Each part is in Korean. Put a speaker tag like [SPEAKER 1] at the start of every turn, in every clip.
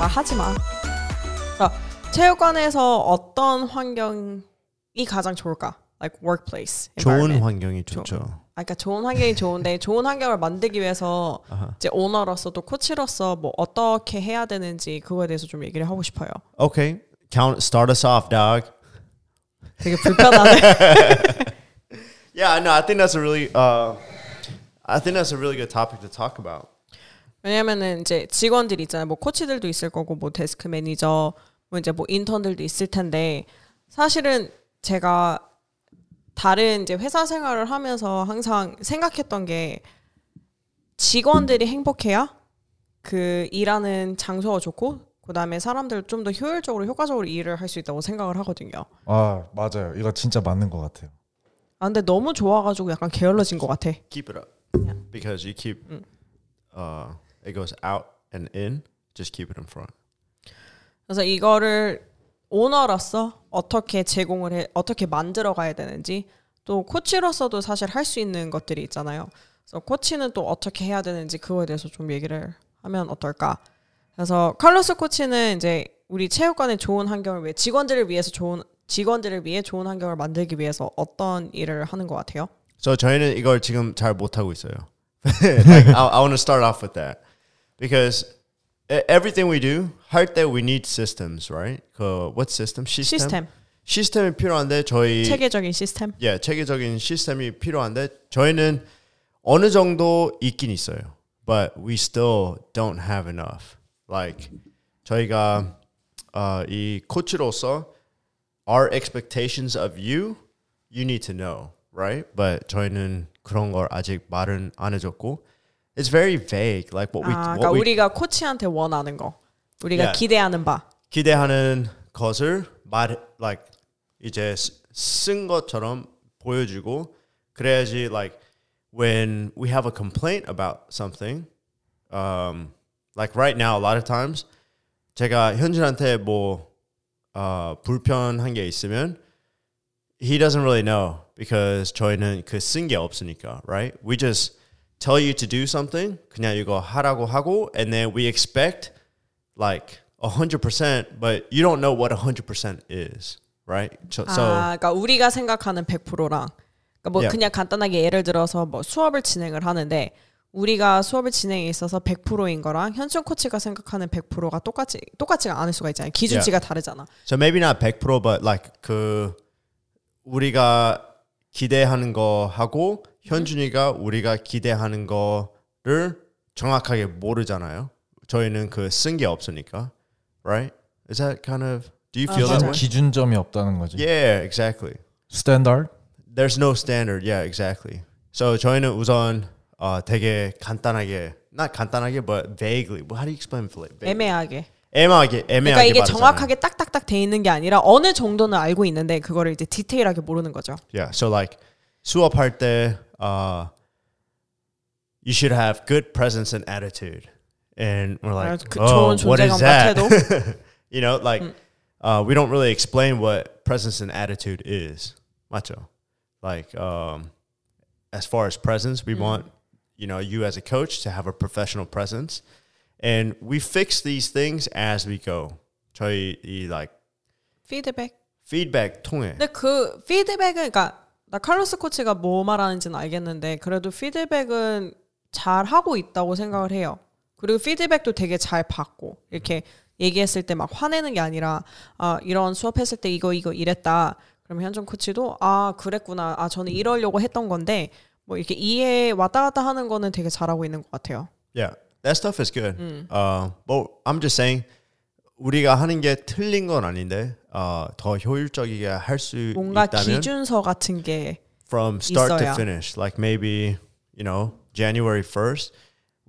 [SPEAKER 1] 말하지 마. 자, 체육관에서 어떤 환경이 가장 좋을까? Like workplace.
[SPEAKER 2] 좋은
[SPEAKER 1] environment.
[SPEAKER 2] 환경이 좋죠.
[SPEAKER 1] 아, 그러니까 좋은 환경이 좋은데 좋은 환경을 만들기 위해서
[SPEAKER 2] 아하.
[SPEAKER 1] 이제 오너로서 또 코치로서 뭐 어떻게 해야 되는지 그거에 대해서 좀 얘기를 하고 싶어요.
[SPEAKER 2] Okay, count. Start us off, dog.
[SPEAKER 1] 되게 불편하네.
[SPEAKER 2] Yeah, no, I think that's a really, uh, I think that's a really good topic to talk about.
[SPEAKER 1] 왜냐면은 이제 직원들 있잖아요. 뭐 코치들도 있을 거고 뭐 데스크 매니저 뭐 이제 뭐 인턴들도 있을 텐데 사실은 제가 다른 이제 회사 생활을 하면서 항상 생각했던 게 직원들이 행복해야 그 일하는 장소가 좋고 그다음에 사람들 좀 더 효율적으로 효과적으로 일을 할 수 있다고 생각을 하거든요.
[SPEAKER 3] 아 맞아요. 이거 진짜 맞는 것 같아요.
[SPEAKER 1] 아 근데 너무 좋아가지고 약간 게을러진 것 같아.
[SPEAKER 2] Keep it up
[SPEAKER 1] Yeah. Mm.
[SPEAKER 2] because you keep, uh, it goes out and in. Just keep it in front.
[SPEAKER 1] 그래서 이거를 오너로서 어떻게 제공을 해 어떻게 만들어 가야 되는지 또 코치로서도 사실 할 수 있는 것들이 있잖아요. 그래서 코치는 또 어떻게 해야 되는지 그거에 대해서 좀 얘기를 하면 어떨까? 그래서 칼로스 코치는 이제 우리 체육관의 좋은 환경을 위해 직원들을 위해서 좋은 직원들을 위해 좋은 환경을 만들기 위해서 어떤 일을 하는 것 같아요?
[SPEAKER 2] So 저희는 이걸 지금 잘 못하고 있어요. like, I, I want to start off with that because e- everything we do, 할 때 we need systems, right? 그 what system? 시스템.
[SPEAKER 1] 시스템,
[SPEAKER 2] 시스템이 필요한데 저희
[SPEAKER 1] 체계적인 시스템.
[SPEAKER 2] 예, 체계적인 시스템이 필요한데 저희는 어느 정도 있긴 있어요. But we still don't have enough. Like 저희가 어, 이 코치로서 our expectations of you, you need to know, right? But 저희는 그런 걸 아직 말은 안 해줬고 it's very vague. Like what we
[SPEAKER 1] 아,
[SPEAKER 2] what
[SPEAKER 1] 그러니까
[SPEAKER 2] we
[SPEAKER 1] 우리가 코치한테 원하는 거, 우리가
[SPEAKER 2] Yeah.
[SPEAKER 1] 기대하는 바.
[SPEAKER 2] 기대하는 것을 말 like 이제 쓰- 쓴 것처럼 보여주고 그래야지 like when we have a complaint about something um like right now a lot of times 제가 현진한테 뭐 어, 불편한 게 있으면 he doesn't really know because 저희는 그 쓴 게 없으니까, right? We just tell you to do something, 그냥 이거 하라고 하고, and then we expect like 100%, but you don't know what 100% is, right? So, so
[SPEAKER 1] 아, 그러니까 우리가 생각하는 100%랑 그러니까 뭐
[SPEAKER 2] Yeah.
[SPEAKER 1] 그냥 간단하게 예를 들어서 뭐 수업을 진행을 하는데 우리가 수업을 진행에 있어서 100%인 거랑 현준 코치가 생각하는 100%가 똑같이 똑같지가 않을 수가 있잖아요. 기준치가 다르잖아.
[SPEAKER 2] so maybe not 100%, but like 그 우리가 기대하는 거 하고 현준이가 우리가 기대하는 거를 정확하게 모르잖아요. 저희는 그 쓴 게 없으니까, right? Is that kind of do
[SPEAKER 1] 아,
[SPEAKER 2] you feel that
[SPEAKER 3] 기준,
[SPEAKER 2] way?
[SPEAKER 3] 기준점이 없다는 거지.
[SPEAKER 2] Yeah, exactly.
[SPEAKER 3] 스탠다드.
[SPEAKER 2] There's no standard. Yeah, exactly. So 저희는 우선 어, 되게 간단하게, not 간단하게, but vaguely. Well, how do you explain vague?
[SPEAKER 1] 애매하게.
[SPEAKER 2] 애매하게, 네. 애매하게.
[SPEAKER 1] 그러니까 이게
[SPEAKER 2] 말하잖아요.
[SPEAKER 1] 정확하게 딱딱딱 돼 있는 게 아니라 어느 정도는 알고 있는데 그거를 이제 디테일하게 모르는 거죠.
[SPEAKER 2] Yeah. So like 수업할 때, uh, you should have good presence and attitude. And we're like,
[SPEAKER 1] 그
[SPEAKER 2] oh,
[SPEAKER 1] 좋은
[SPEAKER 2] what is
[SPEAKER 1] 존재감
[SPEAKER 2] that?
[SPEAKER 1] 같아도
[SPEAKER 2] you know, like uh, we don't really explain what presence and attitude is. Macho. Like um, as far as presence, we want you know you as a coach to have a professional presence, and we fix these things as we go. 저희 이 like
[SPEAKER 1] 피드백.
[SPEAKER 2] feedback 통해.
[SPEAKER 1] 근데 그 피드백은 그러니까 나 칼로스 코치가 뭐 말하는지는 알겠는데 그래도 피드백은 잘 하고 있다고 생각을 해요. 그리고 피드백도 되게 잘 받고 이렇게 얘기했을 때 막 화내는 게 아니라 아 이런 수업했을 때 이거 이거 이랬다. 그럼 현정 코치도 아 그랬구나. 아 저는 이러려고 했던 건데 뭐 이렇게 이해 왔다 갔다 하는 거는 되게 잘하고 있는 것 같아요.
[SPEAKER 2] Yeah, that stuff is good.
[SPEAKER 1] Mm.
[SPEAKER 2] Uh, but I'm just saying 우리가 하는 게 틀린 건 아닌데 uh, 더 효율적이게 할 수
[SPEAKER 1] 뭔가
[SPEAKER 2] 있다면
[SPEAKER 1] 기준서 같은 게
[SPEAKER 2] from start to
[SPEAKER 1] 있어야.
[SPEAKER 2] finish. Like maybe you know January first,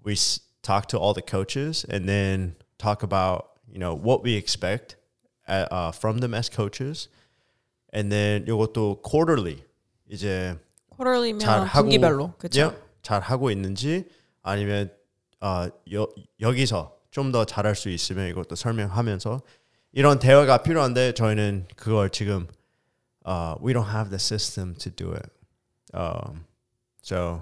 [SPEAKER 2] we s- talk to all the coaches and then talk about you know what we expect uh, uh, from them as coaches, and then 이것도 quarterly 이제 잘
[SPEAKER 1] 쿼럴리면
[SPEAKER 2] 하고 예.
[SPEAKER 1] 분기별로 그렇죠.
[SPEAKER 2] yeah, 잘 하고 있는지 아니면 어, 여, 여기서 좀 더 잘할 수 있으면 이것도 설명하면서 이런 대화가 필요한데 저희는 그걸 지금 uh, we don't have the system to do it. Um, so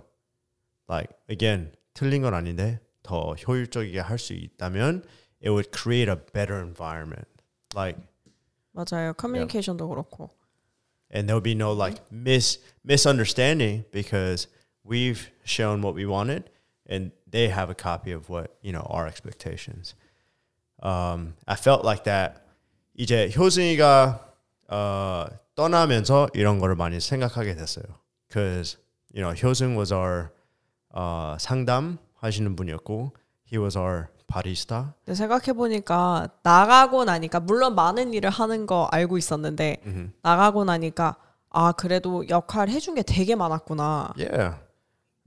[SPEAKER 2] like again 틀린 건 아닌데 더 효율적이게 할 수 있다면 it would create a better environment. Like
[SPEAKER 1] 맞아요. 커뮤니케이션도 그렇고.
[SPEAKER 2] and there'll be no like mis misunderstanding because we've shown what we wanted and they have a copy of what you know our expectations um i felt like that 이제 효진이가 어 떠나면서 이런 거를 많이 생각하게 됐어요 cuz you know 효진 was our 어 상담 하시는 분이었고 he was our barista
[SPEAKER 1] 근데 생각해 보니까 나가고 나니까 물론 많은 일을 하는 거 알고 있었는데 나가고 나니까 아 그래도 역할 해준 게 되게 많았구나.
[SPEAKER 2] Yeah.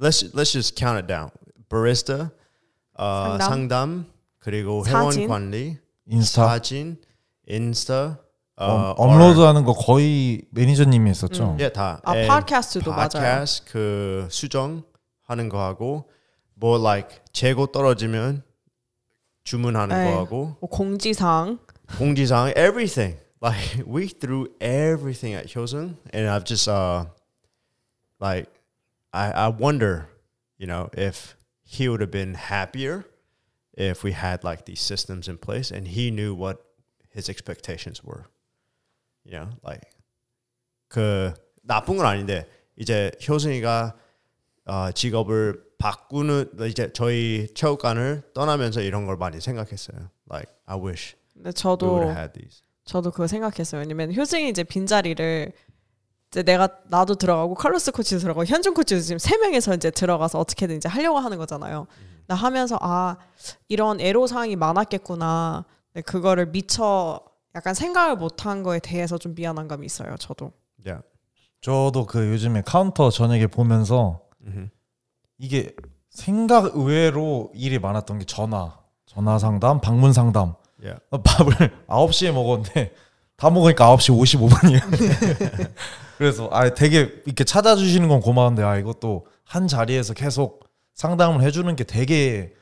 [SPEAKER 2] Let's let's just count it down. Barista, 어,
[SPEAKER 1] 상담.
[SPEAKER 2] 상담, 그리고 회원
[SPEAKER 1] 사진.
[SPEAKER 2] 관리,
[SPEAKER 3] 인스타
[SPEAKER 2] 사진, 인스타, 어,
[SPEAKER 3] 업-
[SPEAKER 2] our-
[SPEAKER 3] 업로드하는 거 거의 매니저님이 했었죠.
[SPEAKER 2] 예, 다.
[SPEAKER 1] 아,
[SPEAKER 2] And
[SPEAKER 1] 팟캐스트도 맞아요.
[SPEAKER 2] 팟캐스트 그 수정 하는 거 하고 뭐 like 재고 떨어지면 주문하는
[SPEAKER 1] 네.
[SPEAKER 2] 거 하고
[SPEAKER 1] 뭐 공지사항
[SPEAKER 2] 공지사항 everything. Like we threw everything at Hyosung, and I've just uh, like I I wonder, you know, if he would have been happier if we had like these systems in place and he knew what his expectations were. You know, like 그 나쁜 건 아닌데 이제 효승이가 어, 직업을 바꾸는 이제 저희 체육관을 떠나면서 이런 걸 많이 생각했어요. Like I wish
[SPEAKER 1] 근데
[SPEAKER 2] we would
[SPEAKER 1] 저도
[SPEAKER 2] have had these.
[SPEAKER 1] 저도 그거 생각했어요. 왜냐면 효승이 이제 빈자리를 이제 내가 나도 들어가고 칼로스 코치도 들어가고 현준 코치도 지금 세 명에서 이제 들어가서 어떻게든 이제 하려고 하는 거잖아요. 나 하면서 아 이런 애로 사항이 많았겠구나. 근데 그거를 미처 약간 생각을 못한 거에 대해서 좀 미안한 감이 있어요. 저도.
[SPEAKER 2] Yeah.
[SPEAKER 3] 저도 그 요즘에 카운터 저녁에 보면서 이게 생각 의외로 일이 많았던 게 전화, 전화 상담, 방문 상담.
[SPEAKER 2] Yeah.
[SPEAKER 3] 어, 밥을 9시에 먹었는데 다 먹으니까 9시 55분이야. 그래서 아 되게 이렇게 찾아주시는 건 고마운데 아 이것도 한 자리에서 계속 상담을 해주는 게 되게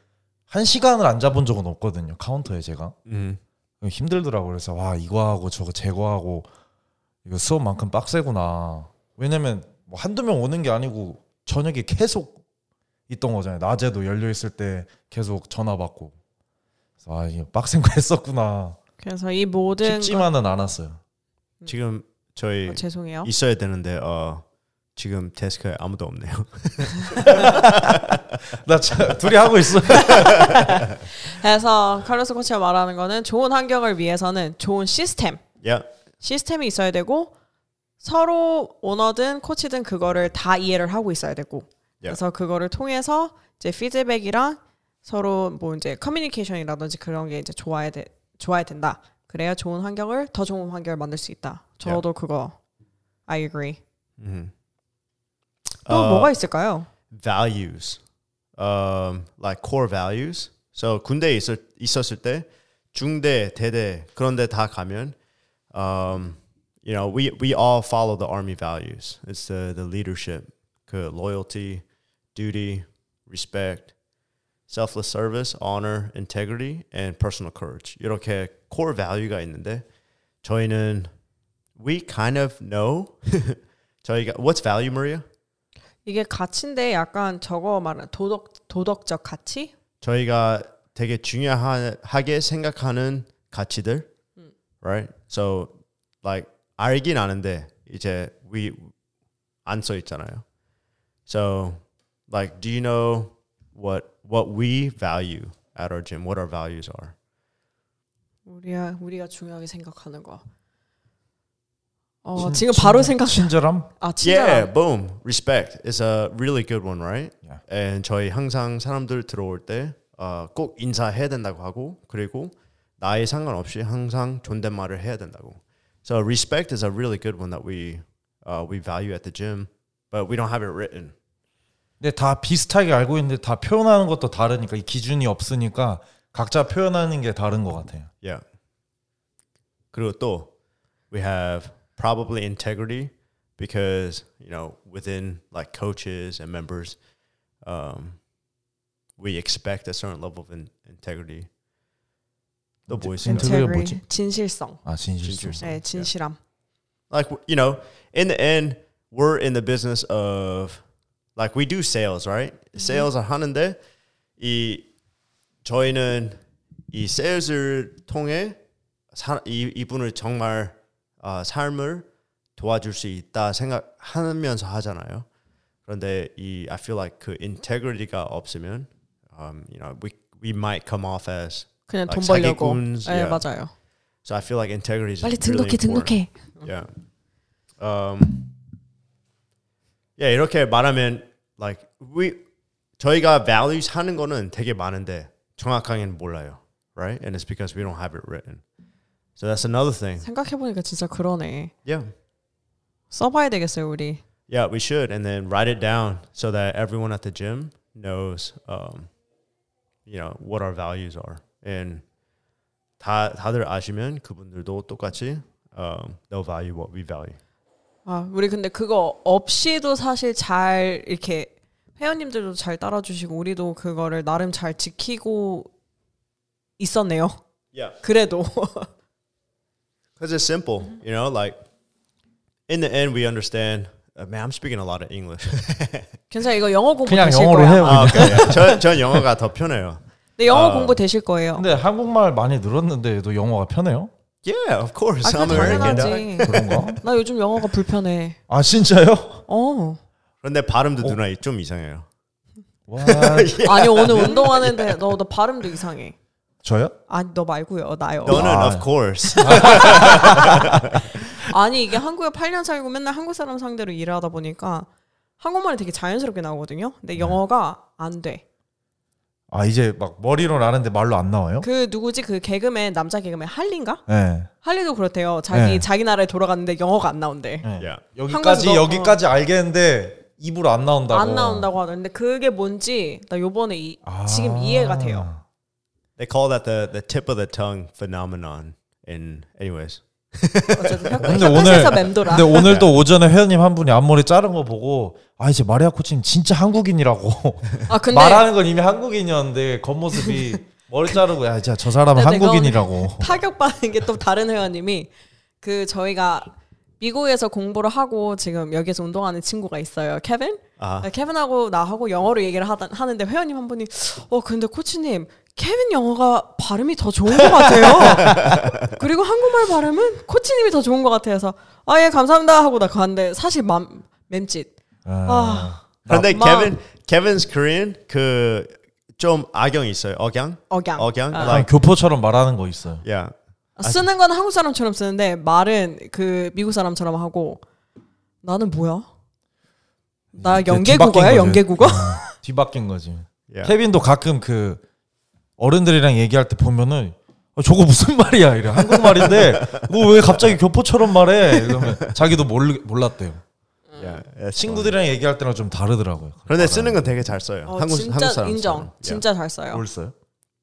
[SPEAKER 3] 한 시간을 안 잡은 적은 없거든요 카운터에 제가
[SPEAKER 2] Mhm.
[SPEAKER 3] 힘들더라고 요 그래서 와 이거 하고 저거 제거하고 이거 수업만큼 빡세구나 왜냐면 뭐 한두 명 오는 게 아니고 저녁에 계속 있던 거잖아요 낮에도 열려 있을 때 계속 전화 받고 그래서 아 이게 빡센 거 했었구나
[SPEAKER 1] 그래서 이 모든 거,
[SPEAKER 3] 쉽지만은 않았어요
[SPEAKER 2] 지금 저희
[SPEAKER 1] 어, 죄송해요.
[SPEAKER 2] 있어야 되는데 어, 지금 데스크에 아무도 없네요.
[SPEAKER 3] 나 자, 아, 둘이 하고 있어
[SPEAKER 1] 그래서 칼로스 코치가 말하는 거는 좋은 환경을 위해서는 좋은 시스템
[SPEAKER 2] yeah.
[SPEAKER 1] 시스템이 있어야 되고 서로 오너든 코치든 그거를 다 이해를 하고 있어야 되고 그래서 그거를 통해서 이제 피드백이랑 서로 뭐 이제 커뮤니케이션이라든지 그런 게 이제 좋아야 돼 좋아야 된다 그래야 좋은 환경을 더 좋은 환경을 만들 수 있다 저도 그거 I agree
[SPEAKER 2] Mhm.
[SPEAKER 1] 또 뭐가 있을까요
[SPEAKER 2] values, um, like core values. So 군대 에 있을 있었을 때 중대, 대대 그런데 다 가면, um, you know, we we all follow the army values. It's the the leadership, 그 loyalty, duty, respect, selfless service, honor, integrity, and personal courage. 이렇게 core value가 있는데 저희는 we kind of know 저희가 what's value, Maria?
[SPEAKER 1] 이게 가치인데 약간 저거 말하는 도덕 도덕적 가치
[SPEAKER 2] 저희가 되게 중요하게 생각하는 가치들, right? So like 알긴 아는데 이제 we 안 써 있잖아요. So like, do you know what what we value at our gym? What our values are?
[SPEAKER 1] 우리가 우리가 중요하게 생각하는 거 어, 지금 바로 생각
[SPEAKER 3] 친절함
[SPEAKER 1] 아 진짜
[SPEAKER 2] Yeah, boom. Respect is a really good one, right?
[SPEAKER 3] Yeah.
[SPEAKER 2] And 저희 항상 사람들 들어올 때 꼭 인사해야 된다고 하고 그리고 나이 상관없이 항상 존댓말을 해야 된다고. So respect is a really good one that we uh, we value at the gym, but we don't have it written.
[SPEAKER 3] 근데 다 비슷하게 알고 있는데 다 표현하는 것도 다르니까 이 기준이 없으니까 각자 표현하는 게 다른 것 같아요
[SPEAKER 2] Yeah. 그리고 또 we have probably integrity because you know within like coaches and members, um, we expect a certain level of in- integrity. 또 뭐 있을까요?
[SPEAKER 3] 인테- 그게 뭐지?
[SPEAKER 1] integrity, 진실성
[SPEAKER 3] 아 진실성
[SPEAKER 2] 진실성.
[SPEAKER 1] 네, 진실함
[SPEAKER 2] like you know in the end we're in the business of like we
[SPEAKER 1] Mm-hmm.
[SPEAKER 2] do sales right sales are 하는데 이 저희는 이 세일즈를 통해 사, 이, 이분을 정말 아, 삶을 도와줄 수 있다 생각하면서 하잖아요. 그런데 이 I feel like 그 integrity가 없으면 um, you know we we might come off as
[SPEAKER 3] 아,
[SPEAKER 1] 그냥 돈
[SPEAKER 2] like
[SPEAKER 1] 벌려고.
[SPEAKER 2] 사기꾼,
[SPEAKER 1] 네
[SPEAKER 2] yeah.
[SPEAKER 1] 맞아요.
[SPEAKER 2] so I feel like integrity is
[SPEAKER 1] 빨리
[SPEAKER 2] really
[SPEAKER 1] 등록해
[SPEAKER 2] important.
[SPEAKER 1] 등록해.
[SPEAKER 2] Yeah. Um, yeah, 이렇게 말하면 like we 저희가 values 하는 거는 되게 많은데 정확하게는 몰라요. Right? And it's because we don't have it written. So that's another thing.
[SPEAKER 1] 생각해 보니까 진짜 그러네.
[SPEAKER 2] Yeah.
[SPEAKER 1] 써봐야 되겠어요 우리.
[SPEAKER 2] Yeah, we should and then write it down so that everyone at the gym knows um you know what our values are. And 다 다들 아시면 그분들도 똑같이 um, they'll value what we value.
[SPEAKER 1] 아 우리 근데 그거 없이도 사실 잘 이렇게 회원님들도 잘 따라주시고 우리도 그거를 나름 잘 지키고 있었네요.
[SPEAKER 2] Yeah.
[SPEAKER 1] 그래도
[SPEAKER 2] Because it's simple,
[SPEAKER 1] Mm-hmm.
[SPEAKER 2] you know, like in the end, we understand. Uh, man, I'm speaking a lot of English.
[SPEAKER 1] 괜찮아 이거 영어 공부
[SPEAKER 3] 그냥
[SPEAKER 1] 되실
[SPEAKER 3] 영어로
[SPEAKER 1] 거야.
[SPEAKER 3] 해요. 아.
[SPEAKER 2] 아, okay. yeah. 저, 전 영어가 더 편해요.
[SPEAKER 1] 네 영어 공부 되실 거예요.
[SPEAKER 3] 근데 한국말 많이 늘었는데도 영어가 편해요?
[SPEAKER 2] Yeah, of course.
[SPEAKER 1] 아 그건
[SPEAKER 2] I'm American. dog.
[SPEAKER 1] 당연하지.
[SPEAKER 3] 네, 그런가?
[SPEAKER 1] 나 요즘 영어가 불편해.
[SPEAKER 3] 아 진짜요?
[SPEAKER 1] 어
[SPEAKER 2] 그런데 발음도 누나 좀 이상해요.
[SPEAKER 3] 와
[SPEAKER 1] 아니 오늘 운동하는데 너 너 발음도 이상해.
[SPEAKER 3] 저요?
[SPEAKER 1] 아니 너 말고요 나요.
[SPEAKER 2] 너는
[SPEAKER 3] 와.
[SPEAKER 2] of course.
[SPEAKER 1] 아니 이게 한국에 8년 살고 맨날 한국 사람 상대로 일하다 보니까 한국말이 되게 자연스럽게 나오거든요.
[SPEAKER 3] 네.
[SPEAKER 1] 근데 영어가 안 돼.
[SPEAKER 3] 아 이제 막 머리로 나는데 말로 안 나와요?
[SPEAKER 1] 그 누구지 그 개그맨 남자 개그맨 할리인가?
[SPEAKER 3] 네.
[SPEAKER 1] 할리도 그렇대요. 자기
[SPEAKER 3] 네.
[SPEAKER 1] 자기 나라에 돌아갔는데 영어가 안 나온대.
[SPEAKER 3] 네.
[SPEAKER 2] Yeah.
[SPEAKER 3] 여기까지
[SPEAKER 1] 한국에서-
[SPEAKER 3] 여기까지 알겠는데 입으로 안 나온다고.
[SPEAKER 1] 안 나온다고 하는데 그게 뭔지 나 요번에 이,
[SPEAKER 3] 아.
[SPEAKER 1] 지금 이해가 돼요.
[SPEAKER 2] They call that the the tip of the tongue phenomenon. In anyways,
[SPEAKER 1] 어쨌든 혀-
[SPEAKER 3] 근데
[SPEAKER 1] 혀끝에서
[SPEAKER 3] 오늘
[SPEAKER 1] 그 맴돌아.
[SPEAKER 3] 근데 오늘 또 오전에 회원님 한 분이 앞머리 자른 거 보고 아 이제 마리아 코치님 진짜 한국인이라고
[SPEAKER 1] 아 근데
[SPEAKER 3] 말하는 건 이미 한국인이었는데 겉모습이 머리 자르고 야 진짜 저 사람은
[SPEAKER 1] 근데 내가
[SPEAKER 3] 한국인이라고
[SPEAKER 1] 타격받는 게 또 다른 회원님이 그 저희가 미국에서 공부를 하고 지금 여기서 운동하는 친구가 있어요. 케빈? 네,
[SPEAKER 2] 아.
[SPEAKER 1] 케빈하고 나하고 영어로 얘기를 하다, 하는데 회원님 한 분이 어 근데 코치님 케빈 영어가 발음이 더 좋은 것 같아요. 그리고 한국말 발음은 코치님이 더 좋은 것 같아서 아 예 감사합니다 하고 나 갔는데 사실 맘 맴짓. 아
[SPEAKER 2] 그런데
[SPEAKER 1] 마-
[SPEAKER 2] Kevin Kevin's Korean 그좀 악영 있어요. 억양.
[SPEAKER 1] 억양.
[SPEAKER 2] 억양.
[SPEAKER 1] 아.
[SPEAKER 3] 약간
[SPEAKER 2] Like
[SPEAKER 3] 교포처럼 말하는 거 있어요
[SPEAKER 2] yeah.
[SPEAKER 1] 쓰는 건 한국 사람처럼 쓰는데 말은 그 미국 사람처럼 하고 나는 뭐야? 나
[SPEAKER 2] 그
[SPEAKER 3] 이게
[SPEAKER 1] 영계국어야
[SPEAKER 3] 뒤바뀐 거죠.
[SPEAKER 1] 영계국어?
[SPEAKER 2] 음.
[SPEAKER 3] 뒤바뀐 거지
[SPEAKER 2] Yeah.
[SPEAKER 3] 케빈도 가끔 그 어른들이랑 얘기할 때 보면은 어, 저거 무슨 말이야 이래 한국말인데 너 왜 갑자기 교포처럼 말해 이러면 자기도 몰, 몰랐대요
[SPEAKER 2] yeah. that's funny.
[SPEAKER 3] 친구들이랑 얘기할 때랑 좀 다르더라고요
[SPEAKER 2] 그런데 쓰는 건 되게 잘 써요.
[SPEAKER 1] 어,
[SPEAKER 2] 한국
[SPEAKER 1] 진짜
[SPEAKER 2] 한국 사람
[SPEAKER 1] 인정 진짜 잘 아, 써요.
[SPEAKER 3] 뭘 써요?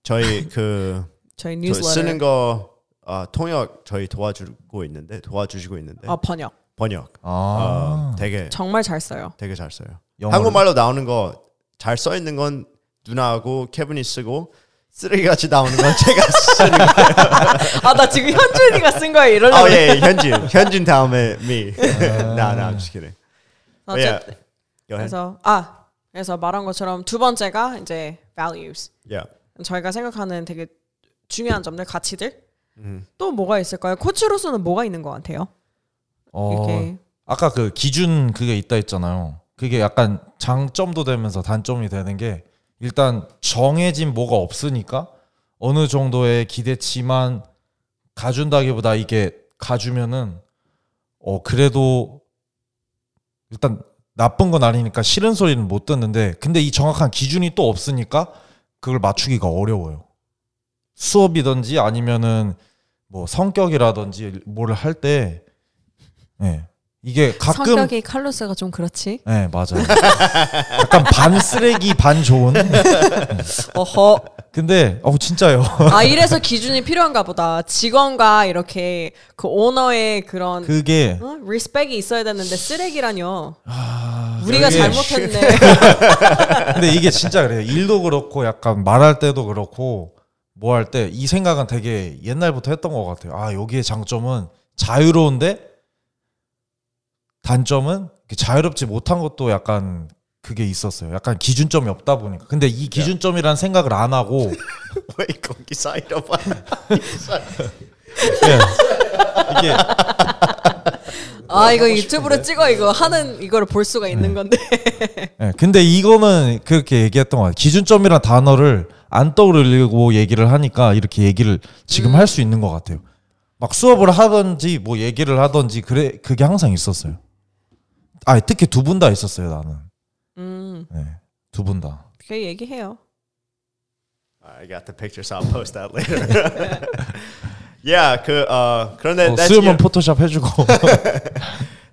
[SPEAKER 2] 저희 그
[SPEAKER 1] 저희
[SPEAKER 2] 저
[SPEAKER 1] 뉴스레터
[SPEAKER 2] 쓰는 거 아, 통역 저희 도와주고 있는데 도와주시고 있는데
[SPEAKER 1] 아 번역
[SPEAKER 2] 번역
[SPEAKER 3] 아
[SPEAKER 2] 어, 되게
[SPEAKER 1] 정말 잘 써요.
[SPEAKER 2] 되게 잘 써요.
[SPEAKER 3] 영어로.
[SPEAKER 2] 한국말로 나오는 거 잘 써 있는 건 누나하고 케빈이 쓰고 쓰레기 같이 나오는 건 제가 쓰는 거.
[SPEAKER 1] 아 나 지금 현준이가 쓴 거야 이러려고.
[SPEAKER 2] 아 예, 예, 현진 현진 다음에 me. 나 나, I'm just kidding.
[SPEAKER 1] 어,
[SPEAKER 2] Yeah.
[SPEAKER 1] 어쨌든 아.
[SPEAKER 2] Go ahead.
[SPEAKER 1] 그래서 아 그래서 말한 것처럼 두 번째가 이제 values
[SPEAKER 2] Yeah.
[SPEAKER 1] 저희가 생각하는 되게 중요한 점들 가치들
[SPEAKER 2] 음.
[SPEAKER 1] 또 뭐가 있을까요? 코치로서는 뭐가 있는 것 같아요?
[SPEAKER 3] 어,
[SPEAKER 1] 이렇게
[SPEAKER 3] 아까 그 기준 그게 있다 했잖아요. 그게 약간 장점도 되면서 단점이 되는 게 일단 정해진 뭐가 없으니까 어느 정도의 기대치만 가준다기보다 이게 가주면은 어 그래도 일단 나쁜 건 아니니까 싫은 소리는 못 듣는데 근데 이 정확한 기준이 또 없으니까 그걸 맞추기가 어려워요. 수업이든지 아니면은 뭐 성격이라든지 뭐를 할 때 예. 이게 가끔
[SPEAKER 1] 성격이 칼로스가 좀 그렇지.
[SPEAKER 3] 네 맞아요. 약간 반 쓰레기 반 좋은.
[SPEAKER 1] 어허.
[SPEAKER 3] 근데 어 진짜요.
[SPEAKER 1] 아 이래서 기준이 필요한가 보다. 직원과 이렇게 그 오너의 그런
[SPEAKER 3] 그게
[SPEAKER 1] 어? 리스펙이 있어야 되는데 쓰레기라뇨.
[SPEAKER 3] 아,
[SPEAKER 1] 우리가
[SPEAKER 3] 그게-
[SPEAKER 1] 잘못했네.
[SPEAKER 3] 근데 이게 진짜 그래요. 일도 그렇고 약간 말할 때도 그렇고 뭐 할 때 이 생각은 되게 옛날부터 했던 것 같아요. 아 여기의 장점은 자유로운데 단점은 이렇게 자유롭지 못한 것도 약간 그게 있었어요. 약간 기준점이 없다 보니까. 근데 이 기준점이란 생각을 안 하고
[SPEAKER 2] 왜 거기 사이로 봐?
[SPEAKER 3] 예. 이게
[SPEAKER 1] 아 이거 유튜브로 찍어 이거 하는 이거를 볼 수가
[SPEAKER 3] 네.
[SPEAKER 1] 있는 건데.
[SPEAKER 3] 예, 근데 이거는 그렇게 얘기했던 거 같아요. 기준점이란 단어를 안 떠올리고 얘기를 하니까 이렇게 얘기를 지금 할 수 있는 것 같아요. 막 수업을 하든지 뭐 얘기를 하든지 그래 그게 항상 있었어요. 아 특히 두 분 다 있었어요 나는. 예,
[SPEAKER 1] 음,
[SPEAKER 3] 두 분 다.
[SPEAKER 1] 그 얘기해요.
[SPEAKER 2] I got the picture, so I'll post that later. yeah, 그, 어, 그런데
[SPEAKER 3] 어,
[SPEAKER 2] that's,
[SPEAKER 3] 수염은
[SPEAKER 2] you-
[SPEAKER 3] 포토샵 해주고.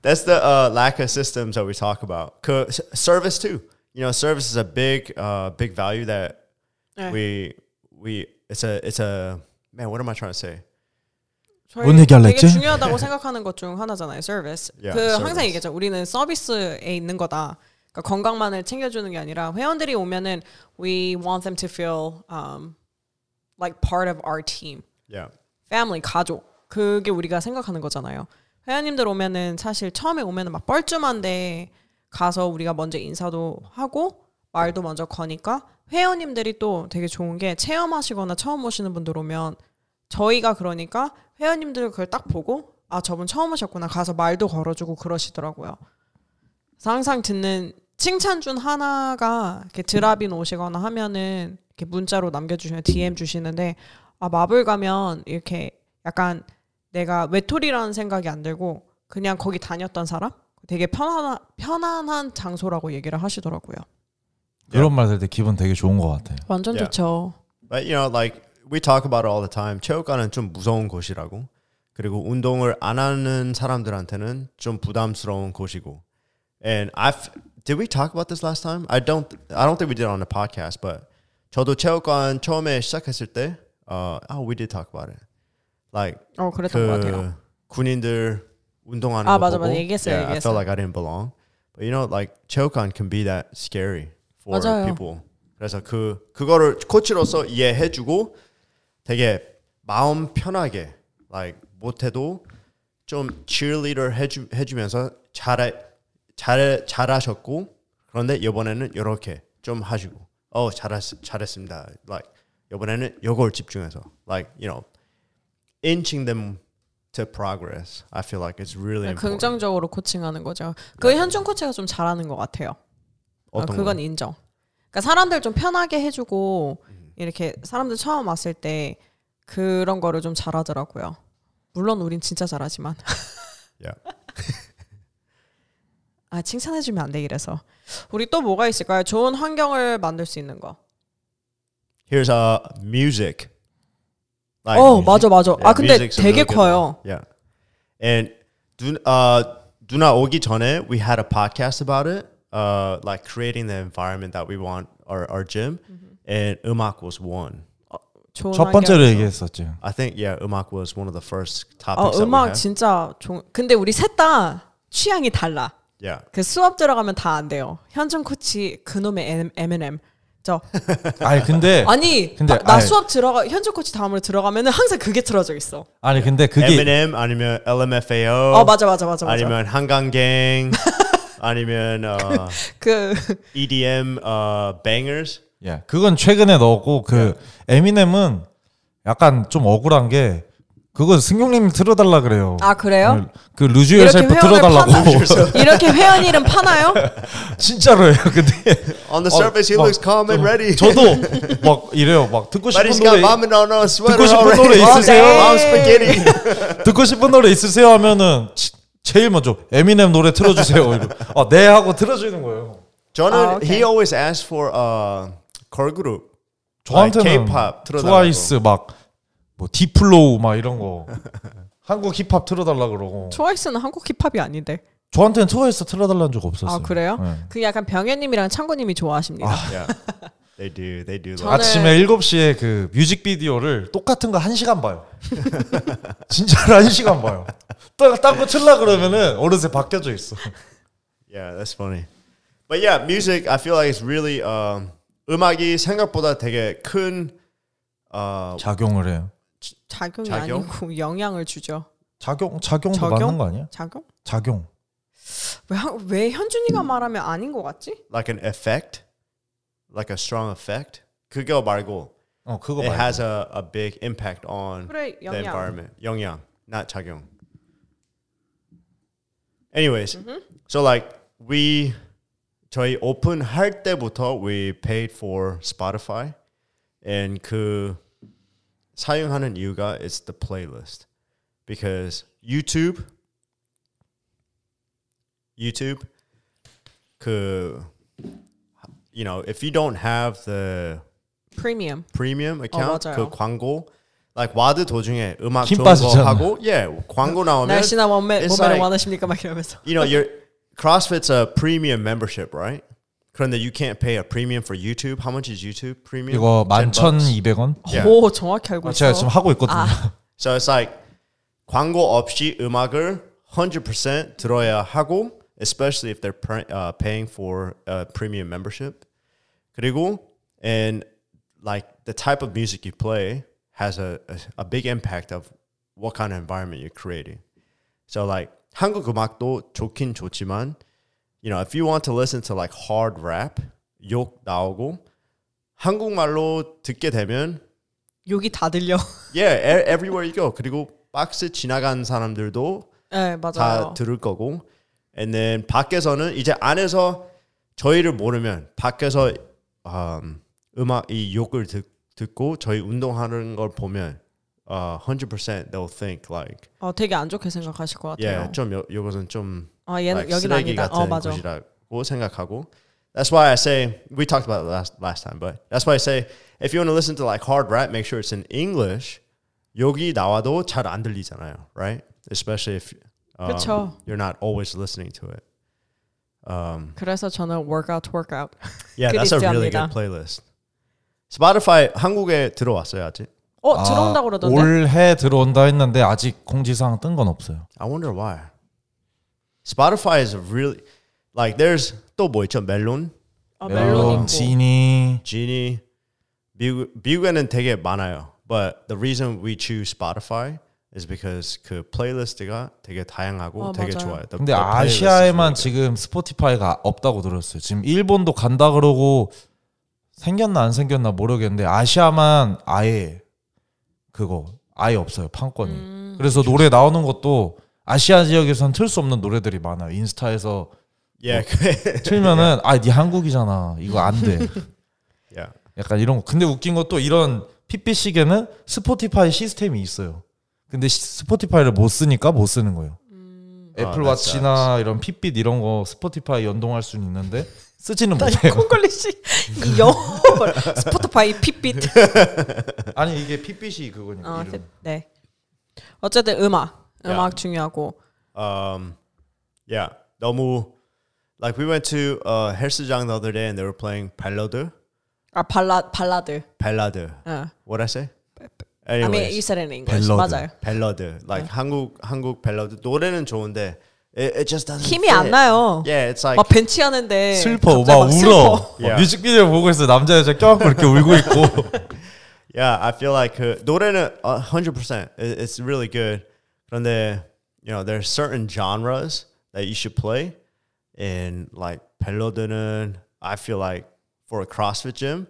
[SPEAKER 2] that's the uh, lack of systems that we talk about. 그 s- service too. You know, service is a big, uh, big value that
[SPEAKER 1] 네.
[SPEAKER 2] we we it's a it's a man. What am I trying to say?
[SPEAKER 1] 저희
[SPEAKER 3] 뭔 얘기 할라
[SPEAKER 1] 되게
[SPEAKER 3] 했지?
[SPEAKER 1] 중요하다고 생각하는 것 중 하나잖아요. 서비스.
[SPEAKER 2] Yeah,
[SPEAKER 1] 그
[SPEAKER 2] service.
[SPEAKER 1] 항상 얘기하죠. 우리는 서비스에 있는 거다. 그러니까 건강만을 챙겨주는 게 아니라 회원들이 오면은 we want them to feel um, like part of our team.
[SPEAKER 2] Yeah,
[SPEAKER 1] family 가족 그게 우리가 생각하는 거잖아요. 회원님들 오면은 사실 처음에 오면은 막 뻘쭘한데 가서 우리가 먼저 인사도 하고 말도 먼저 거니까 회원님들이 또 되게 좋은 게 체험하시거나 처음 오시는 분들 오면 저희가 그러니까 회원님들 그걸 딱 보고 아 저분 처음 오셨구나 가서 말도 걸어주고 그러시더라고요. 그래서 항상 듣는 칭찬 중 하나가 이렇게 드랍인 오시거나 하면은 이렇게 문자로 남겨주시면 DM 주시는데 아 마블 가면 이렇게 약간 내가 외톨이라는 생각이 안 들고 그냥 거기 다녔던 사람 되게 편안한 편안한 장소라고 얘기를 하시더라고요.
[SPEAKER 3] 이런 말 들 때 기분 되게 좋은 것 같아요.
[SPEAKER 1] 완전
[SPEAKER 2] Yeah.
[SPEAKER 1] 좋죠.
[SPEAKER 2] but you know, like we talk about it all the time. 체육관은 좀 무서운 곳이라고. 그리고 운동을 안 하는 사람들한테는 좀 부담스러운 곳이고. And I've did we talk about this last time? I don't I don't think we did on the podcast, but 저도 체육관 처음에 시작했을 때, uh, oh, we did talk about it. Like
[SPEAKER 1] 어 그랬던 것 같아요.
[SPEAKER 2] 그 군인들 운동하는
[SPEAKER 1] 아,
[SPEAKER 2] 거
[SPEAKER 1] 맞아,
[SPEAKER 2] 보고,
[SPEAKER 1] 맞아. 얘기했어요,
[SPEAKER 2] yeah, I
[SPEAKER 1] 얘기했어요.
[SPEAKER 2] felt like I didn't belong. But you know, like 체육관 can be that scary for
[SPEAKER 1] 맞아요.
[SPEAKER 2] people. 그래서 그 그거를 코치로서 이해해주고 되게 마음 편하게 like 못해도 좀 cheerleader 해주 해주면서 잘해 잘 잘하셨고 그런데 이번에는 이렇게 좀 하시고 어 잘했 잘했습니다. Like 이번에는 요걸 집중해서 like you know inching them to progress. I feel like it's really important.
[SPEAKER 1] 아, 긍정적으로 코칭하는 거죠. 그 현준 코치가 좀 잘하는 것 같아요. 어,
[SPEAKER 2] 어떤
[SPEAKER 1] 그건
[SPEAKER 2] 거요?
[SPEAKER 1] 인정. 그러니까 사람들 좀 편하게 해주고 이렇게 사람들 처음 왔을 때 그런 거를 좀 잘하더라고요. 물론 우린 진짜 잘하지만
[SPEAKER 2] Yeah.
[SPEAKER 1] 아 칭찬해주면 안 돼 이래서 우리 또 뭐가 있을까요? 좋은 환경을 만들 수 있는 거.
[SPEAKER 2] Here's uh music. Like,
[SPEAKER 1] 어 맞아 맞아.
[SPEAKER 2] Yeah,
[SPEAKER 1] 아 근데
[SPEAKER 2] music's a
[SPEAKER 1] 되게
[SPEAKER 2] really good
[SPEAKER 1] 커요.
[SPEAKER 2] one. Yeah. And 누, uh, 누나 오기 전에 we had a podcast about it. Uh, like creating the environment that we want our, our gym
[SPEAKER 3] Mm-hmm.
[SPEAKER 2] and 음악 was one.
[SPEAKER 1] 좋은
[SPEAKER 3] 첫 번째로
[SPEAKER 1] 환경.
[SPEAKER 3] 얘기했었죠.
[SPEAKER 2] I think yeah, 음악 was one of the first
[SPEAKER 1] 어
[SPEAKER 2] topics that we
[SPEAKER 1] 음악
[SPEAKER 2] had.
[SPEAKER 1] 진짜 좋. 근데 우리 셋 다 취향이 달라.
[SPEAKER 2] yeah.
[SPEAKER 1] 그 수업 들어가면 다 안 돼요. 현준 코치 그놈의 M- M&M. 저
[SPEAKER 3] 아니 근데
[SPEAKER 1] 아니
[SPEAKER 3] 근데
[SPEAKER 1] 나, 나
[SPEAKER 3] 아예-
[SPEAKER 1] 수업 들어가 현준 코치 다음으로 들어가면은 항상 그게 틀어져 있어.
[SPEAKER 3] 아니 근데 그게
[SPEAKER 2] Eminem 아니면 LMFAO
[SPEAKER 1] 어 맞아 맞아 맞아 맞아.
[SPEAKER 2] 아니면 한강갱 아니면 어,
[SPEAKER 1] 그
[SPEAKER 2] EDM 어, bangers.
[SPEAKER 3] 예, 그건 최근에 넣었고 그
[SPEAKER 2] 예.
[SPEAKER 3] 에미넴은 약간 좀 억울한 게 그건 승용님 틀어달라 그래요.
[SPEAKER 1] 아, 그래요?
[SPEAKER 3] 그 루즈 열셀프
[SPEAKER 1] 이렇게 회원을
[SPEAKER 3] 틀어달라고
[SPEAKER 1] 이렇게 회원 이름 파나요?
[SPEAKER 3] 진짜로요. 근데
[SPEAKER 2] On the surface, he
[SPEAKER 3] 막
[SPEAKER 2] looks calm and
[SPEAKER 3] 저-
[SPEAKER 2] ready.
[SPEAKER 3] 저도 막 이래요. 막 듣고
[SPEAKER 2] But
[SPEAKER 3] 싶은
[SPEAKER 2] he's got
[SPEAKER 3] 노래
[SPEAKER 2] mom and on a sweater.
[SPEAKER 3] 듣고 싶은
[SPEAKER 2] already.
[SPEAKER 3] 노래 있으세요?
[SPEAKER 2] Mom spaghetti.
[SPEAKER 3] 듣고 싶은 노래 있으세요 하면은 치- 제일 먼저 에미넴 노래 틀어주세요. 이러- 아, 네 하고 틀어주는 거예요.
[SPEAKER 2] 저는
[SPEAKER 1] 아, 오케이.
[SPEAKER 2] he always asks for uh, 걸 그룹.
[SPEAKER 3] 저한테는
[SPEAKER 2] K-pop 틀어달라고.
[SPEAKER 3] 트와이스 막뭐 디플로우 막 이런 거 한국 힙합 틀어달라 그러고
[SPEAKER 1] 트와이스는 한국 힙합이 아닌데.
[SPEAKER 3] 저한테는 트와이스 틀어달라는 적 없었어요.
[SPEAKER 1] 아 그래요?
[SPEAKER 3] 네.
[SPEAKER 1] 그 약간 병현님이랑 창구님이 좋아하십니다.
[SPEAKER 2] Yeah. They do. They do.
[SPEAKER 1] 저-
[SPEAKER 2] Like,
[SPEAKER 3] 아침에 7시에 그 뮤직비디오를 똑같은 거 1시간 봐요. 진짜로 1시간 봐요. 딴거 틀라 그러면은 어느새 바뀌어져 있어.
[SPEAKER 2] yeah, that's funny. But yeah, music. I feel like it's really um, 음악이 생각보다 되게 큰 uh,
[SPEAKER 3] 작용을 해요.
[SPEAKER 1] 작용이
[SPEAKER 2] 작용?
[SPEAKER 1] 아니고 영향을 주죠.
[SPEAKER 3] 작용 작용도
[SPEAKER 1] 작용?
[SPEAKER 3] 맞는 거 아니야?
[SPEAKER 1] 작용?
[SPEAKER 3] 작용.
[SPEAKER 1] 왜, 한- 왜 현준이가 말하면 아닌 것 같지?
[SPEAKER 2] like an effect, like a strong effect. 그거 말고
[SPEAKER 3] 어 그거
[SPEAKER 2] it
[SPEAKER 3] 말고
[SPEAKER 2] has a, a big impact on
[SPEAKER 1] 그래,
[SPEAKER 2] the
[SPEAKER 1] 영향.
[SPEAKER 2] environment. 영향, not 작용. Anyways, so like we 저희 오픈할 때부터 we paid for Spotify and 그 사용하는 이유가 it's the playlist because YouTube YouTube 그 you know if you don't have the
[SPEAKER 1] 프리미엄.
[SPEAKER 2] premium account
[SPEAKER 1] 어, 맞아요.
[SPEAKER 2] 그 광고 like 와드 도중에 음악
[SPEAKER 3] 힘
[SPEAKER 2] 좋은 거
[SPEAKER 3] 빠지잖아.
[SPEAKER 2] 하고 예 광고 나오면
[SPEAKER 1] 날씨나 몸매,
[SPEAKER 2] it's
[SPEAKER 1] 몸매를
[SPEAKER 2] like-
[SPEAKER 1] 원하십니까? 막 이러면서.
[SPEAKER 2] you know your CrossFit's a premium membership right 그런데 you can't pay a premium for YouTube how much is YouTube premium
[SPEAKER 3] 이거
[SPEAKER 2] 10 bucks.
[SPEAKER 3] 11,200원.
[SPEAKER 2] Yeah.
[SPEAKER 1] 오, 정확히 알고
[SPEAKER 3] 아,
[SPEAKER 1] 있어.
[SPEAKER 3] 제가 지금 하고 있거든요.
[SPEAKER 2] so it's like 광고 없이 음악을 100% 들어야 하고 especially if they're pr- uh, paying for a premium membership 그리고 and like the type of music you play has a, a, a big impact of what kind of environment you're creating. So like 한국 음악도 좋긴 좋지만 you know if you want to listen to like hard rap 욕 나오고 한국말로 듣게 되면
[SPEAKER 1] 욕이 다 들려.
[SPEAKER 2] yeah e- everywhere you go 그리고 박스 지나간 사람들도
[SPEAKER 1] 네,
[SPEAKER 2] 다
[SPEAKER 1] 맞아요.
[SPEAKER 2] 들을 거고 and then 밖에서는 이제 안에서 저희를 모르면 밖에서 음, 음악 이 욕을 듣, 듣고 저희 운동하는 걸 보면 어, 100% they'll think like
[SPEAKER 1] 어, 되게 안 좋게 생각하실 것 같아요.
[SPEAKER 2] yeah 좀 요, 요것은 좀
[SPEAKER 1] 아, 얘는
[SPEAKER 2] like
[SPEAKER 1] 여긴
[SPEAKER 2] 쓰레기
[SPEAKER 1] 아니다.
[SPEAKER 2] 같은
[SPEAKER 1] 어, 맞아.
[SPEAKER 2] 곳이라고 생각하고 that's why I say we talked about it last last time but that's why I say if you want to listen to like hard rap make sure it's in English 여기 나와도 잘 안 들리잖아요 right especially if
[SPEAKER 3] 아,
[SPEAKER 2] um,
[SPEAKER 1] 그쵸.
[SPEAKER 2] you're not always listening to it
[SPEAKER 3] 음.
[SPEAKER 2] um,
[SPEAKER 1] 그래서 저는 workout, workout.
[SPEAKER 2] yeah that's a really
[SPEAKER 1] 그리스티아입니다.
[SPEAKER 2] good playlist Spotify 한국에 들어왔어요 아직
[SPEAKER 1] 어, 들어온다고 그러던데?
[SPEAKER 3] 올해 들어온다 했는데 아직 공지사항 뜬 건 없어요.
[SPEAKER 2] I wonder why Spotify is really like there's 또뭐 있죠 멜론
[SPEAKER 1] 어, 멜론
[SPEAKER 3] 멜론,
[SPEAKER 1] 있고.
[SPEAKER 3] 지니,
[SPEAKER 2] Genie. 미국, 미국에는 되게 많아요. But the reason we choose Spotify is because 그 플레이리스트가 되게 다양하고
[SPEAKER 1] 어,
[SPEAKER 2] 되게
[SPEAKER 1] 맞아요.
[SPEAKER 2] 좋아요. The-
[SPEAKER 3] 근데
[SPEAKER 2] the playlist is
[SPEAKER 3] 아시아에만
[SPEAKER 2] really
[SPEAKER 3] 지금 스포티파이가 없다고 들었어요. 지금 일본도 간다 그러고 생겼나 안 생겼나 모르겠는데 아시아만 아예 그거 아예 없어요 판권이. 그래서 노래 나오는 것도 아시아 지역에선 틀 수 없는 노래들이 많아요. 인스타에서
[SPEAKER 2] good. Yeah, 그-
[SPEAKER 3] 틀면은 아니 네 한국이잖아 이거 안 돼.
[SPEAKER 2] yeah.
[SPEAKER 3] 약간 이런 거. 근데 웃긴 것도 이런 PPC계는 스포티파이 시스템이 있어요. 근데 시- 스포티파이를 못 쓰니까 못 쓰는 거예요. 애플
[SPEAKER 1] 음.
[SPEAKER 2] 아,
[SPEAKER 3] 워치나 이런 핏빛 이런 거 스포티파이 연동할 수는 있는데 쓰지는 못해요.
[SPEAKER 1] 콩글리시 이 영어 스포티파이 핏빛
[SPEAKER 3] 네. 아니 이게 핏빛이 그거니까
[SPEAKER 1] 어,
[SPEAKER 3] 이름.
[SPEAKER 1] 네 어쨌든 음악
[SPEAKER 2] 야.
[SPEAKER 1] 음악 중요하고
[SPEAKER 2] Um, yeah. 너무 like we went to uh, 헬스장 the other day and they were playing 발라드,
[SPEAKER 1] 아 발라 발라드
[SPEAKER 2] 발라드.
[SPEAKER 1] 어.
[SPEAKER 2] What I say?
[SPEAKER 1] I mean
[SPEAKER 2] Anyways,
[SPEAKER 1] you said it in English
[SPEAKER 3] 벨러드.
[SPEAKER 1] 맞아요
[SPEAKER 2] 발라드. Like 한국 한국 발라드 노래는 좋은데 it, it just doesn't
[SPEAKER 1] 힘이
[SPEAKER 2] fit.
[SPEAKER 1] 안 나요 뭐
[SPEAKER 2] Yeah, it's like
[SPEAKER 1] 막 벤치 하는데
[SPEAKER 3] 네. 슬퍼
[SPEAKER 1] 네. 갑자기
[SPEAKER 3] 막
[SPEAKER 1] 막
[SPEAKER 3] 울어.
[SPEAKER 2] 슬퍼.
[SPEAKER 3] 막 뮤직비디오 보고 있어 남자 여자 껴안고 이렇게 울고 있고.
[SPEAKER 2] Yeah, I feel like uh, 노래는 100%. It- It's really good. 그런데 you know, there's certain genres that you should play and like 벨로드는 I feel like for a CrossFit gym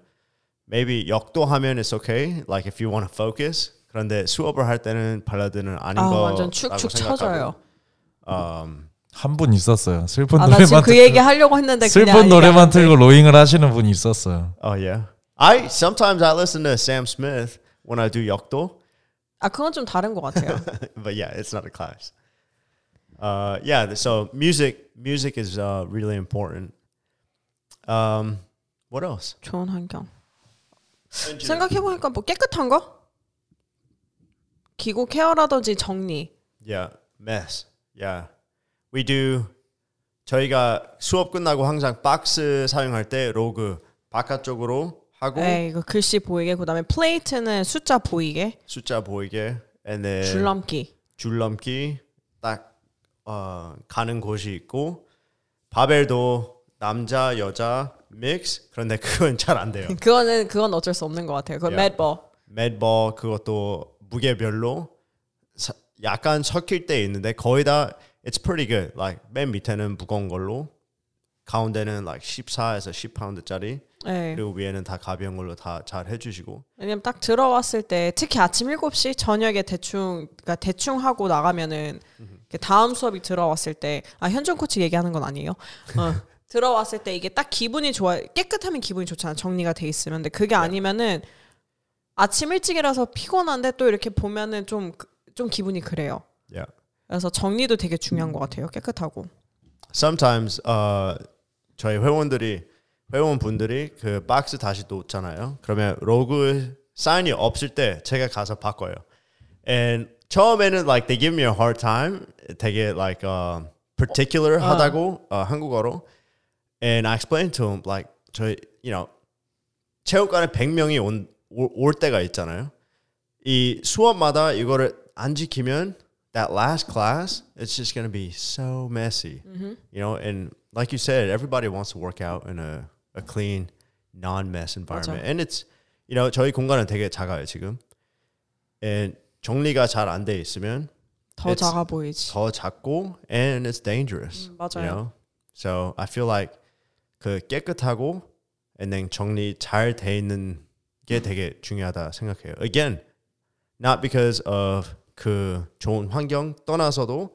[SPEAKER 2] maybe 역도 하면 it's okay. Like if you want to focus. 그런데 수업을 할 때는 발라드는 아닌
[SPEAKER 1] 아
[SPEAKER 2] 거
[SPEAKER 1] 완전 축축 쳐져요
[SPEAKER 3] 한 분 있었어요. 슬픈
[SPEAKER 1] 아 나 지금
[SPEAKER 3] 노래만
[SPEAKER 1] 그
[SPEAKER 3] 듣고-
[SPEAKER 1] 얘기 하려고 했는데 그냥
[SPEAKER 3] 슬픈
[SPEAKER 1] 아니라.
[SPEAKER 3] 노래만 틀고 로잉을 하시는 분이 있었어요.
[SPEAKER 2] Oh yeah. I sometimes I listen to Sam Smith when I do 역도.
[SPEAKER 1] 아 그건 좀 다른 것 같아요
[SPEAKER 2] but yeah, it's not a class. Uh, yeah, th- so music music is uh, really important. Um, what else?
[SPEAKER 1] 좋은 환경 생각해보니까 뭐 깨끗한 거 기구 케어라든지 정리
[SPEAKER 2] Yeah, mess. Yeah, we do. 저희가 수업 끝나고 항상 박스 사용할 때 로그 바깥쪽으로 하고
[SPEAKER 1] 네, 에이 이거 글씨 보이게 그다음에 플레이트는 숫자 보이게
[SPEAKER 2] 숫자 보이게 and then
[SPEAKER 1] 줄넘기
[SPEAKER 2] 줄넘기 딱 어, 가는 곳이 있고 바벨도 남자 여자 믹스 그런데 그건 잘 안 돼요.
[SPEAKER 1] 그거는 그건 어쩔 수 없는 것 같아요. 그건
[SPEAKER 2] 야.
[SPEAKER 1] 맷버.
[SPEAKER 2] medball 그것도 무게별로 사- 약간 섞일 때 있는데 거의 다 it's pretty good. Like 맨 밑에는 무거운 걸로 가운데는 like 14에서 10파운드짜리
[SPEAKER 1] 네.
[SPEAKER 2] 그리고 위에는 다 가벼운 걸로 다 잘 해주시고
[SPEAKER 1] 왜냐면 딱 들어왔을 때 특히 아침 7시 저녁에 대충 그러니까 대충 하고 나가면은 이렇게 다음 수업이 들어왔을 때 아 현준 코치 얘기하는 건 아니에요. 어, 들어왔을 때 이게 딱 기분이 좋아 깨끗하면 기분이 좋잖아 정리가 돼 있으면 근데 그게 아니면은 아침 일찍이라서 피곤한데 또 이렇게 보면은 좀 그, 좀 기분이 그래요.
[SPEAKER 2] yeah.
[SPEAKER 1] 그래서 정리도 되게 중요한 것 같아요. 깨끗하고
[SPEAKER 2] sometimes 어, 저희 회원들이 회원분들이 그 박스 다시 놓잖아요. 그러면 로그 사인이 없을 때 제가 가서 바꿔요. And 처음에는 like they give me a hard time. 되게 like uh, particular 하다고 어, 한국어로. And I explained to him like 저희 you know 체육관에 100명이 온, 올, 올 때가 있잖아요. 이 수업마다 이거를 안 지키면 that last class it's just going to be so messy. You know, and like you said, everybody wants to work out in a, a clean, non-mess environment. And it's you know, 저희 공간은 되게 작아요, 지금. And 정리가 잘 안 돼 있으면
[SPEAKER 1] 더
[SPEAKER 2] It's-
[SPEAKER 1] 작아 보이지.
[SPEAKER 2] 더 작고 and it's dangerous.
[SPEAKER 1] 음, 맞아요.
[SPEAKER 2] You know? So I feel like 그 깨끗하고 and then 정리 잘 돼 있는 게 되게 중요하다 생각해요. Again, not because of 그 좋은 환경 떠나서도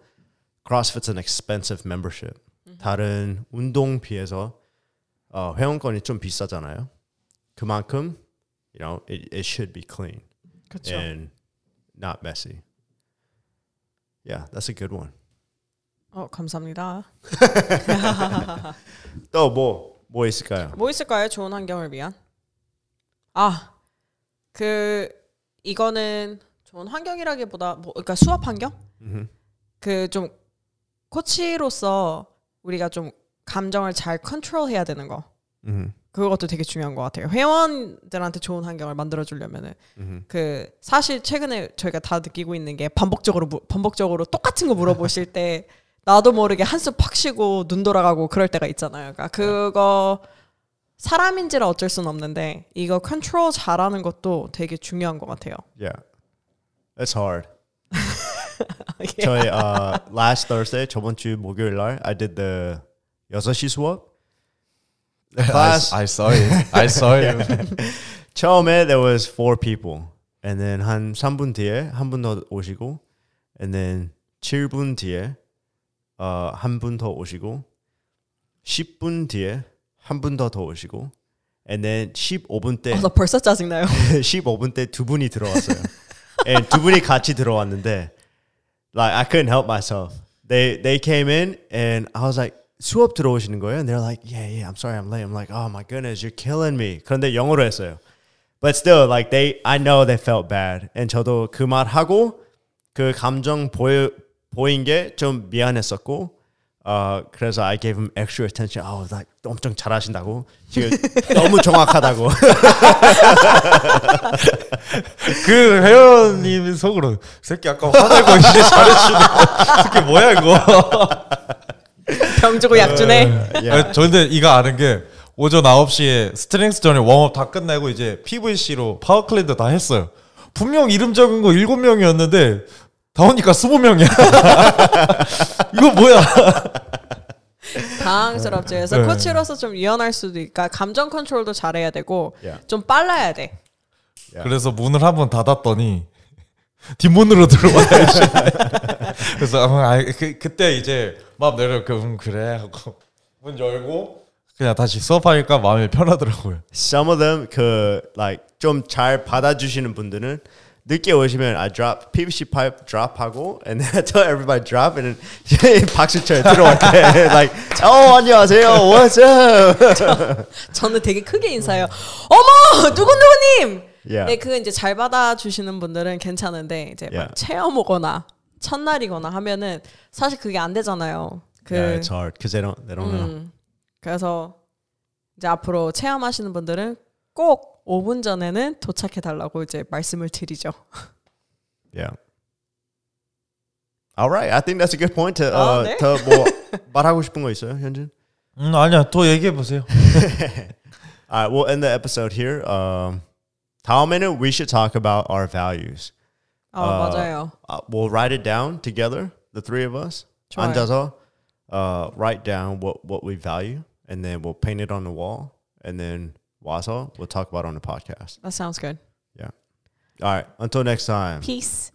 [SPEAKER 2] CrossFit's an expensive membership. 다른 운동 비해서 어, 회원권이 좀 비싸잖아요. 그만큼 you know it, it should be clean
[SPEAKER 1] 그렇죠.
[SPEAKER 2] and not messy. Yeah, that's a good one.
[SPEAKER 1] 어 감사합니다.
[SPEAKER 2] 또 뭐 뭐 있을까요?
[SPEAKER 1] 뭐 있을까요? 좋은 환경을 위한. 아, 그 이거는 좋은 환경이라기보다 뭐 그러니까 수업 환경? 그 좀 코치로서 우리가 좀 감정을 잘 컨트롤해야 되는 거.
[SPEAKER 2] 음.
[SPEAKER 1] 그것도 되게 중요한 것 같아요. 회원들한테 좋은 환경을 만들어 주려면은 그 사실 최근에 저희가 다 느끼고 있는 게 반복적으로 무- 반복적으로 똑같은 거 물어보실 때 나도 모르게 한숨 팍 쉬고 눈 돌아가고 그럴 때가 있잖아요. 그러니까 그거 사람인지라 어쩔 수는 없는데 이거 컨트롤 잘하는 것도 되게 중요한 것 같아요.
[SPEAKER 2] Yeah, it's hard. 저희 uh, last Thursday 저번 주 목요일 날 I did the 6시 수업. The class
[SPEAKER 3] I, I saw it. I saw it.
[SPEAKER 2] 처음에 there was four people and then 한 3분 뒤에 한 분 더 오시고 and then 7분 뒤에 어, 한 분 더 오시고 10분 뒤에 한 분 더 더 오시고 and then 15분 때
[SPEAKER 1] 어, 나 벌써 짜증나요.
[SPEAKER 2] 15분 때 두 분이 들어왔어요. 예, 두 분이 같이 들어왔는데 like I couldn't help myself. They they came in and I was like 수업 들어오시는 거예요? And they're like, yeah, yeah, I'm sorry, I'm late. I'm like, oh my goodness, you're killing me. 그런데 영어로 했어요. But still, like they, I know they felt bad. And 저도 그 말 하고 그 감정 보여 보인 게 좀 미안했었고, 어 그래서 I gave him extra attention. 아, oh, like 엄청 잘하신다고 지금 너무 정확하다고.
[SPEAKER 3] 그 회원님 속으로 새끼 아까 화내고 이제 잘해주네. 새끼 뭐야 이거.
[SPEAKER 1] 병 주고 약 주네.
[SPEAKER 3] 아, 저 근데 이거 아는 게 오전 9시에 스트렝스 전에 웜업 다 끝내고 이제 PVC로 파워클랜드 다 했어요. 분명 이름 적은 거 7명이었는데 다 오니까 20명이야. 이거 뭐야?
[SPEAKER 1] 당황스럽죠. 그래서
[SPEAKER 3] 네.
[SPEAKER 1] 코치로서 좀 유연할 수도 있까 감정 컨트롤도 잘해야 되고
[SPEAKER 2] Yeah.
[SPEAKER 1] 좀 빨라야 돼.
[SPEAKER 3] 그래서 문을 한번 닫았더니 뒷문으로 들어와야지. 그래서 아, 아, 그, 그때 이제 마음 내려 그 음, 그래 하고 문 열고 그냥 다시 수업하니까 마음이 편하더라고요.
[SPEAKER 2] Some of them 그 like 좀 잘 받아주시는 분들은 늦게 오시면 I drop PVC pipe drop 하고 and then I tell everybody drop and then 박수 쳐요 들어올 때 like 어 안녕하세요 what's up
[SPEAKER 1] 저는 되게 크게 인사해요. 어머 누구누구님.
[SPEAKER 2] Yeah.
[SPEAKER 1] 네, 그 이제 잘 받아주시는 분들은 괜찮은데 이제
[SPEAKER 2] Yeah.
[SPEAKER 1] 막 체험 오거나 첫날이거나 하면은 사실 그게 안 되잖아요. 그 음.
[SPEAKER 2] yeah it's hard because they don't they don't know
[SPEAKER 1] 그래서 이제 앞으로 체험하시는 분들은 꼭 5분 전에는 도착해 달라고 이제 말씀을 드리죠.
[SPEAKER 2] yeah all right I think that's a good point to
[SPEAKER 1] 아,
[SPEAKER 2] uh,
[SPEAKER 1] 네?
[SPEAKER 2] 더뭐 말하고 싶은 거 있어요 현진
[SPEAKER 3] 음 아니야 또 얘기해 보세요.
[SPEAKER 2] All right, we'll end the episode here. Um, 다음에는 we should talk about our values.
[SPEAKER 1] 아
[SPEAKER 2] 아,
[SPEAKER 1] 맞아요.
[SPEAKER 2] Uh, we'll write it down together, the three of us.
[SPEAKER 1] 좋아요.
[SPEAKER 2] 앉아서 uh, write down what what we value, and then we'll paint it on the wall, and then 와서 we'll talk about it on the podcast.
[SPEAKER 1] That sounds good.
[SPEAKER 2] Yeah. All right. Until next time.
[SPEAKER 1] Peace.